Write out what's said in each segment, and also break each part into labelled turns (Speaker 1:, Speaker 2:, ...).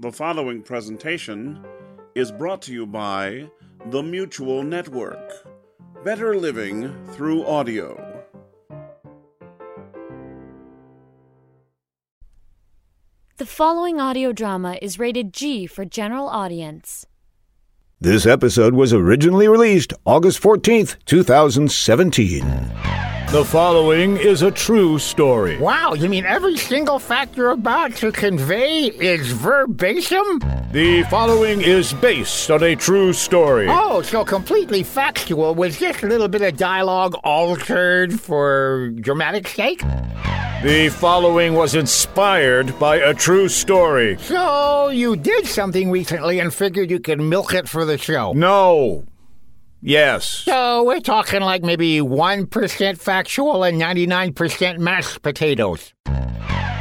Speaker 1: The following presentation is brought to you by the Mutual Network. Better living through audio.
Speaker 2: The following audio drama is rated G for general audience.
Speaker 3: This episode was originally released August 14th, 2017. The following is a true story.
Speaker 4: Wow, you mean every single fact you're about to convey is verbatim?
Speaker 3: The following is based on a true story.
Speaker 4: Oh, so completely factual. Was just a little bit of dialogue altered for dramatic sake?
Speaker 3: The following was inspired by a true story.
Speaker 4: So you did something recently and figured you could milk it for the show.
Speaker 3: No. Yes.
Speaker 4: So we're talking like maybe 1% factual and 99% mashed potatoes.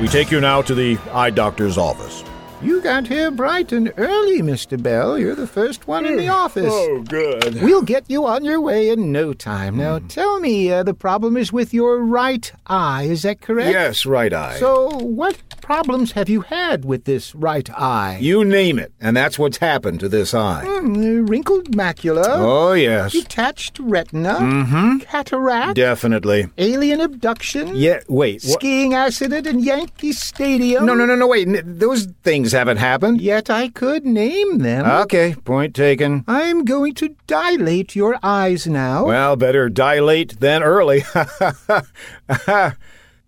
Speaker 3: We take you now to the eye doctor's office.
Speaker 5: You got here bright and early, Mr. Bell. You're the first one in the office.
Speaker 3: Oh, good.
Speaker 5: We'll get you on your way in no time.
Speaker 3: Mm-hmm.
Speaker 5: Now, tell me, uh, the problem is with your right eye, is that correct?
Speaker 3: Yes, right eye.
Speaker 5: So, what problems have you had with this right eye?
Speaker 3: you name it, and that's what's happened to this eye.
Speaker 5: Hmm, uh, wrinkled macula,
Speaker 3: Oh, yes.
Speaker 5: detached retina, mm-hmm. cataract,
Speaker 3: Definitely.
Speaker 5: alien abduction,
Speaker 3: Yeah, wait. what-
Speaker 5: skiing accident in Yankee Stadium.
Speaker 3: No, no, no, no, wait. N- those things haven't happened.
Speaker 5: Yet I could name them.
Speaker 3: Okay, point taken.
Speaker 5: I'm going to dilate your eyes now.
Speaker 3: Well, better dilate than early.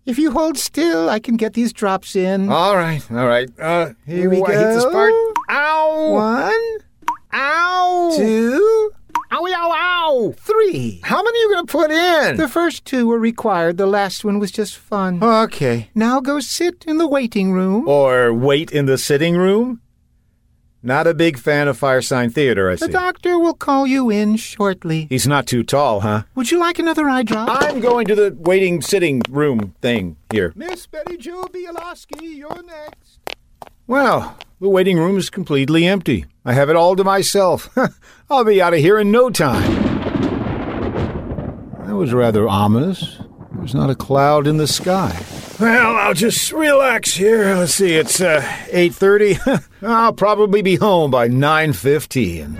Speaker 5: If you hold still, I can get these drops in.
Speaker 3: all right, all right. Uh,
Speaker 5: Here we
Speaker 3: wh- I hit this
Speaker 5: go.
Speaker 3: part. Ow!
Speaker 5: One,
Speaker 3: Ow!
Speaker 5: two,
Speaker 3: Ow! Ow! Ow!
Speaker 5: three.
Speaker 3: How many are you gonna put in?
Speaker 5: The first two were required. The last one was just fun.
Speaker 3: okay. Oh,
Speaker 5: Now go sit in the waiting room.
Speaker 3: Or wait in the sitting room. Not a big fan of Firesign Theater, I
Speaker 5: the
Speaker 3: see.
Speaker 5: doctor will call you in shortly.
Speaker 3: He's not too tall, huh?
Speaker 5: Would you like another eye drop?
Speaker 3: I'm going to the waiting sitting room thing here.
Speaker 5: Miss Betty Jo Bielaski, you're next.
Speaker 3: Well, the waiting room is completely empty. I have it all to myself. I'll be out of here in no time. That was rather ominous. There's not a cloud in the sky. Well, I'll just relax here. Let's see, it's uh, 8:30. I'll probably be home by 9:15.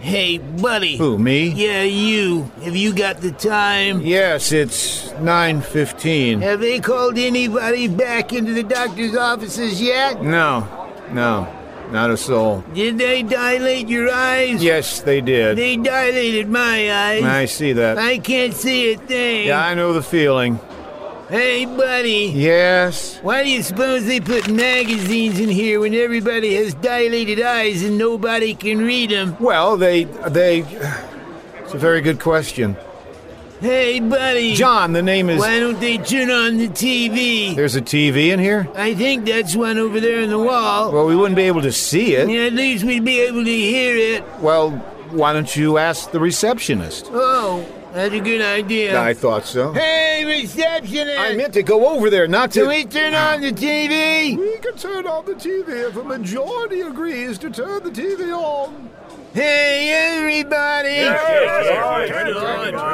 Speaker 6: Hey, buddy.
Speaker 3: Who, me?
Speaker 6: Yeah, you. Have you got the time?
Speaker 3: Yes, it's 9:15.
Speaker 6: Have they called anybody back into the doctor's offices yet?
Speaker 3: No. No. Not a soul.
Speaker 6: Did they dilate your eyes?
Speaker 3: Yes, they did.
Speaker 6: They dilated my eyes.
Speaker 3: I see that.
Speaker 6: I can't see a thing.
Speaker 3: Yeah, I know the feeling.
Speaker 6: Hey, buddy.
Speaker 3: Yes.
Speaker 6: Why do you suppose they put magazines in here when everybody has dilated eyes and nobody can read them?
Speaker 3: Well, they they. It's a very good question.
Speaker 6: Hey, buddy.
Speaker 3: John, the name is.
Speaker 6: Why don't they turn on the TV?
Speaker 3: There's a TV in here.
Speaker 6: I think that's one over there on the wall.
Speaker 3: Well, we wouldn't be able to see it.
Speaker 6: Yeah, at least we'd be able to hear it.
Speaker 3: Well, why don't you ask the receptionist?
Speaker 6: Oh, that's a good idea.
Speaker 3: I thought so.
Speaker 6: Hey, receptionist!
Speaker 3: I meant to go over there, not to.
Speaker 6: Can we turn on the TV?
Speaker 3: We can turn on the TV if a majority agrees to turn the TV on.
Speaker 6: Hey, everybody!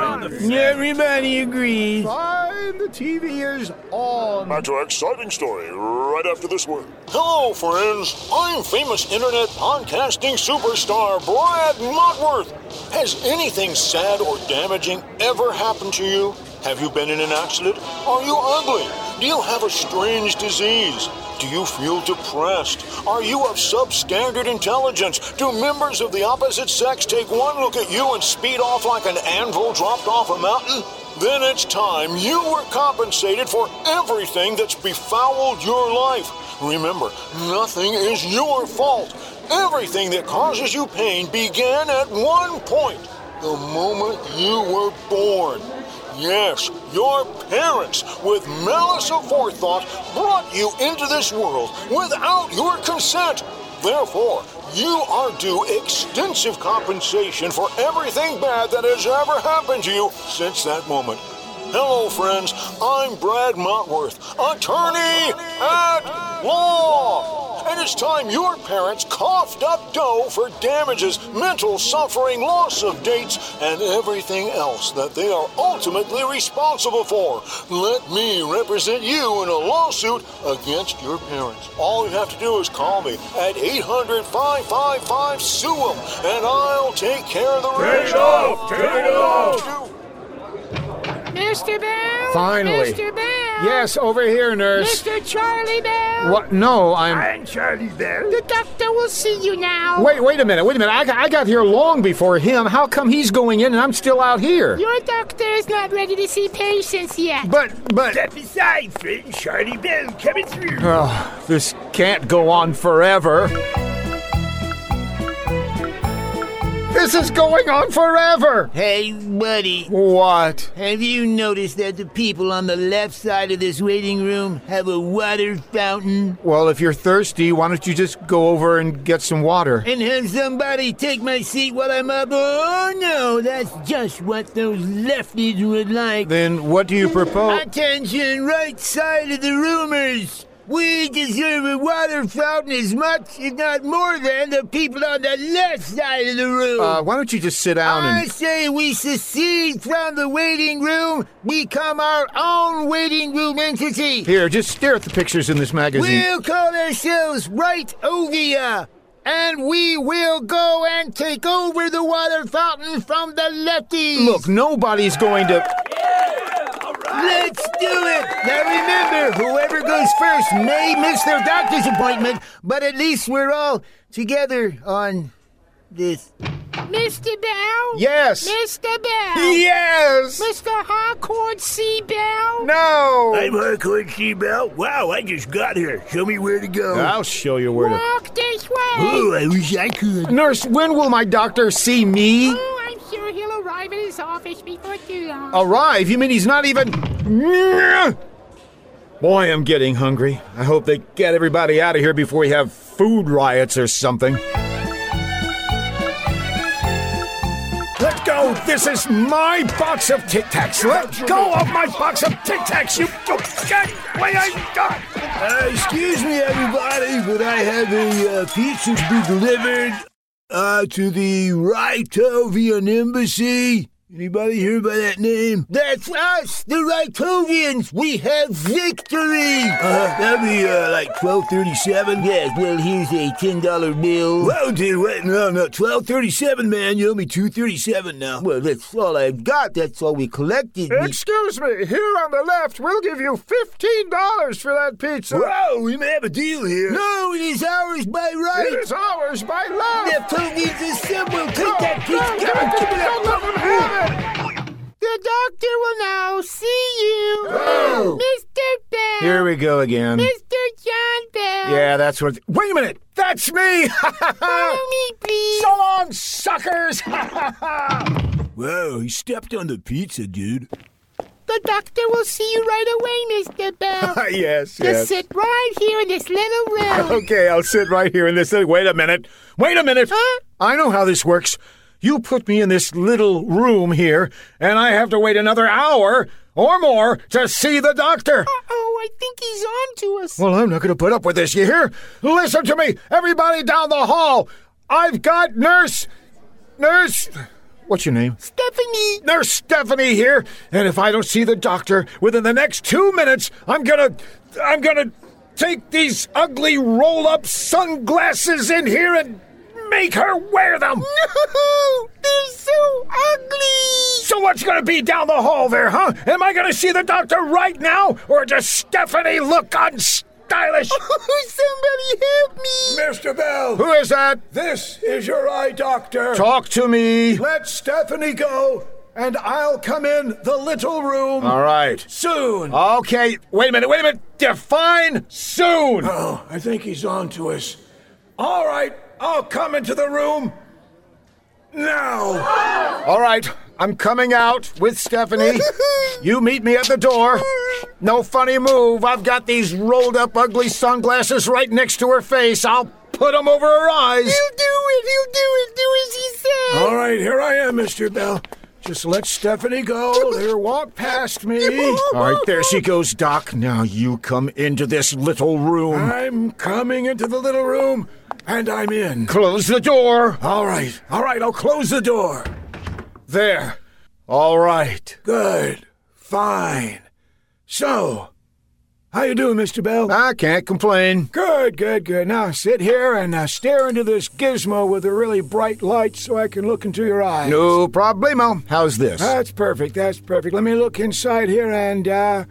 Speaker 6: Everybody agrees.
Speaker 3: Fine, the TV is on.
Speaker 7: Back to our exciting story right after this word. Hello, friends. I'm famous internet podcasting superstar Brad Motworth. Has anything sad or damaging ever happened to you? Have you been in an accident? Are you ugly? Do you have a strange disease? Do you feel depressed? Are you of substandard intelligence? Do members of the opposite sex take one look at you and speed off like an anvil dropped off a mountain? Then it's time you were compensated for everything that's befouled your life. Remember, nothing is your fault. Everything that causes you pain began at one point the moment you were born. Yes, your parents, with malice aforethought, brought you into this world without your consent. Therefore, you are due extensive compensation for everything bad that has ever happened to you since that moment. Hello, friends. I'm Brad Montworth, attorney at law. And it's time your parents coughed up dough for damages, mental suffering, loss of dates, and everything else that they are ultimately responsible for. Let me represent you in a lawsuit against your parents. All you have to do is call me at 800 555 SUEM, and I'll take care of the rest. Take it off! Take it off!
Speaker 8: Mr. Bell?
Speaker 6: Finally.
Speaker 8: Mr. Bell?
Speaker 6: Yes, over here, nurse.
Speaker 8: Mr. Charlie Bell?
Speaker 6: What? No, I'm.
Speaker 5: I'm Charlie Bell.
Speaker 8: The doctor will see you now.
Speaker 6: Wait, wait a minute, wait a minute. I, got- I got here long before him. How come he's going in and I'm still out here?
Speaker 8: Your doctor is not ready to see patients yet.
Speaker 6: But, but.
Speaker 5: Step aside, friend. Charlie Bell coming through.
Speaker 6: Oh, this can't go on forever. This is going on forever!
Speaker 5: Hey, buddy.
Speaker 6: What?
Speaker 5: Have you noticed that the people on the left side of this waiting room have a water fountain?
Speaker 6: Well, if you're thirsty, why don't you just go over and get some water?
Speaker 5: And have somebody take my seat while I'm up? Oh no, that's just what those lefties would like.
Speaker 6: Then what do you propose?
Speaker 5: Attention, right side of the rumors! We deserve a water fountain as much, if not more, than the people on the left side of the room.
Speaker 6: Uh, why don't you just sit down
Speaker 5: I
Speaker 6: and.
Speaker 5: say we secede from the waiting room, become our own waiting room entity.
Speaker 6: Here, just stare at the pictures in this magazine.
Speaker 5: We'll call ourselves Right Ovia, and we will go and take over the water fountain from the lefties.
Speaker 6: Look, nobody's going to.
Speaker 5: Let's do it! Now remember, whoever goes first may miss their doctor's appointment, but at least we're all together on this.
Speaker 8: Mr. Bell?
Speaker 6: Hmm. Yes!
Speaker 8: Mr. Bell?
Speaker 6: Yes!
Speaker 8: Mr. Harcourt C. Bell?
Speaker 6: No!
Speaker 5: I'm Harcourt Bell. Wow, I just got here. Show me where to go.
Speaker 6: I'll show you where to.
Speaker 8: Walk this way.
Speaker 5: Oh, I wish I could.
Speaker 6: Nurse, when will my doctor see me?
Speaker 8: Oh, I'm sure he'll arrive at his office before too long.
Speaker 6: Arrive? You mean he's not even. Boy, I'm getting hungry. I hope they get everybody out of here before we have food riots or something. Let go! This is my box of Tic Tacs! Let go of my box of Tic Tacs! You, you get what I got!
Speaker 5: Uh, excuse me, everybody, but I have a uh, pizza to be delivered uh, to the Rytovian Embassy. Anybody hear by that name? That's us, the Rytovians. We have victory. Uh, that'd be uh, like twelve thirty-seven. Yes. Well, here's a ten-dollar bill. Whoa, dude, wait, no, no, twelve thirty-seven, man. You owe me two thirty-seven now. Well, that's all I've got. That's all we collected. We-
Speaker 6: Excuse me, here on the left, we'll give you $15 for that pizza.
Speaker 5: Wow, we may have a deal here. No, it is ours by right.
Speaker 6: It is ours by law!
Speaker 5: The police assemble. Take that
Speaker 6: No,
Speaker 5: pizza.
Speaker 6: give it to me. Don't let them have it.
Speaker 8: The doctor will now see you.
Speaker 6: Oh.
Speaker 5: Oh.
Speaker 8: Mr. Bell.
Speaker 6: Here we go again.
Speaker 8: Mr. John Bell.
Speaker 6: Yeah, that's what. Wait a minute! That's me!
Speaker 8: Follow me, please.
Speaker 6: so long, suckers!
Speaker 5: Whoa, he stepped on the pizza, dude.
Speaker 8: The doctor will see you right away, Mr. Bell.
Speaker 6: yes,
Speaker 8: Just
Speaker 6: yes.
Speaker 8: sit right here in this little room.
Speaker 6: Okay, I'll sit right here in this. Wait a minute. Wait a minute!
Speaker 8: Huh?
Speaker 6: I know how this works. You put me in this little room here, and I have to wait another hour or more to see the doctor.
Speaker 8: Oh, I think he's on to us.
Speaker 6: Well, I'm not going to put up with this, you hear? Listen to me, everybody down the hall. I've got nurse. Nurse. What's your name?
Speaker 8: Stephanie.
Speaker 6: Nurse Stephanie here, and if I don't see the doctor within the next two minutes, I'm gonna. I'm gonna take these ugly roll up sunglasses in here and make her wear them!
Speaker 8: No, they're so ugly.
Speaker 6: So what's gonna be down the hall there, huh? Am I gonna see the doctor right now, or does Stephanie look unstylish?
Speaker 8: Oh, Somebody help me.
Speaker 3: Mr. Bell,
Speaker 6: Who is that?
Speaker 3: this is your eye doctor.
Speaker 6: Talk to me!
Speaker 3: Let Stephanie go, and I'll come in the little room
Speaker 6: All right.
Speaker 3: soon.
Speaker 6: Okay, wait a minute, wait a minute. Define soon!
Speaker 3: Oh, I think he's on to us. All right, I'll come into the room now.
Speaker 6: All right,
Speaker 3: I'm coming out with Stephanie. you meet me at the door. No funny move. I've got these rolled up ugly sunglasses right next to her face. I'll put them over her eyes.
Speaker 8: He'll do it. He'll do it. Do as he says.
Speaker 5: All right, here I am, Mr. Bell. Just let Stephanie go. Let her walk past me.
Speaker 3: All right, there she goes, Doc. Now you come into this little room.
Speaker 5: I'm coming into the little room, and I'm in.
Speaker 3: Close the door.
Speaker 5: All right, all right, I'll close the door.
Speaker 3: There. All right.
Speaker 5: Good. Fine. So, how you doing, Mr. Bell?
Speaker 3: I can't complain.
Speaker 5: Good, good, good. Now sit here and uh, stare into this gizmo with a really bright light so I can look into your eyes.
Speaker 3: No problemo. How's this?
Speaker 5: That's perfect. That's perfect. Let me look inside here and uh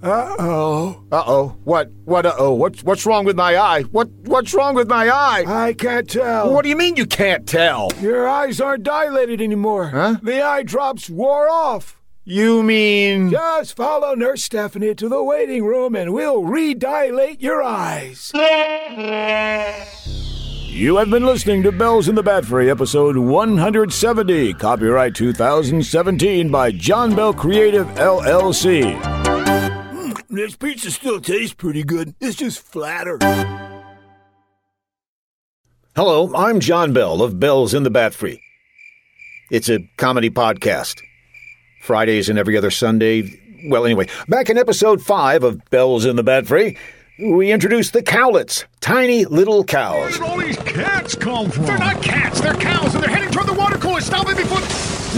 Speaker 5: uh-oh.
Speaker 3: Uh-oh. What? What uh-oh? What's what's wrong with my eye? What what's wrong with my eye?
Speaker 5: I can't tell.
Speaker 3: What do you mean you can't tell?
Speaker 5: Your eyes aren't dilated anymore.
Speaker 3: Huh?
Speaker 5: The eye drops wore off.
Speaker 3: You mean
Speaker 5: Just follow Nurse Stephanie to the waiting room and we'll redilate your eyes.
Speaker 3: You have been listening to Bells in the Bat Free, episode 170, copyright 2017 by John Bell Creative LLC.
Speaker 5: Mm,
Speaker 9: This pizza still tastes pretty good. It's just flatter.
Speaker 3: Hello, I'm John Bell of Bells in the Bat Free. It's a comedy podcast. Fridays and every other Sunday. Well, anyway, back in episode 5 of Bells in the Bat Free, we introduced the cowlets, tiny little cows.
Speaker 7: all these cats come from?
Speaker 10: They're not cats, they're cows, and they're heading toward the water cooler. Stop it before.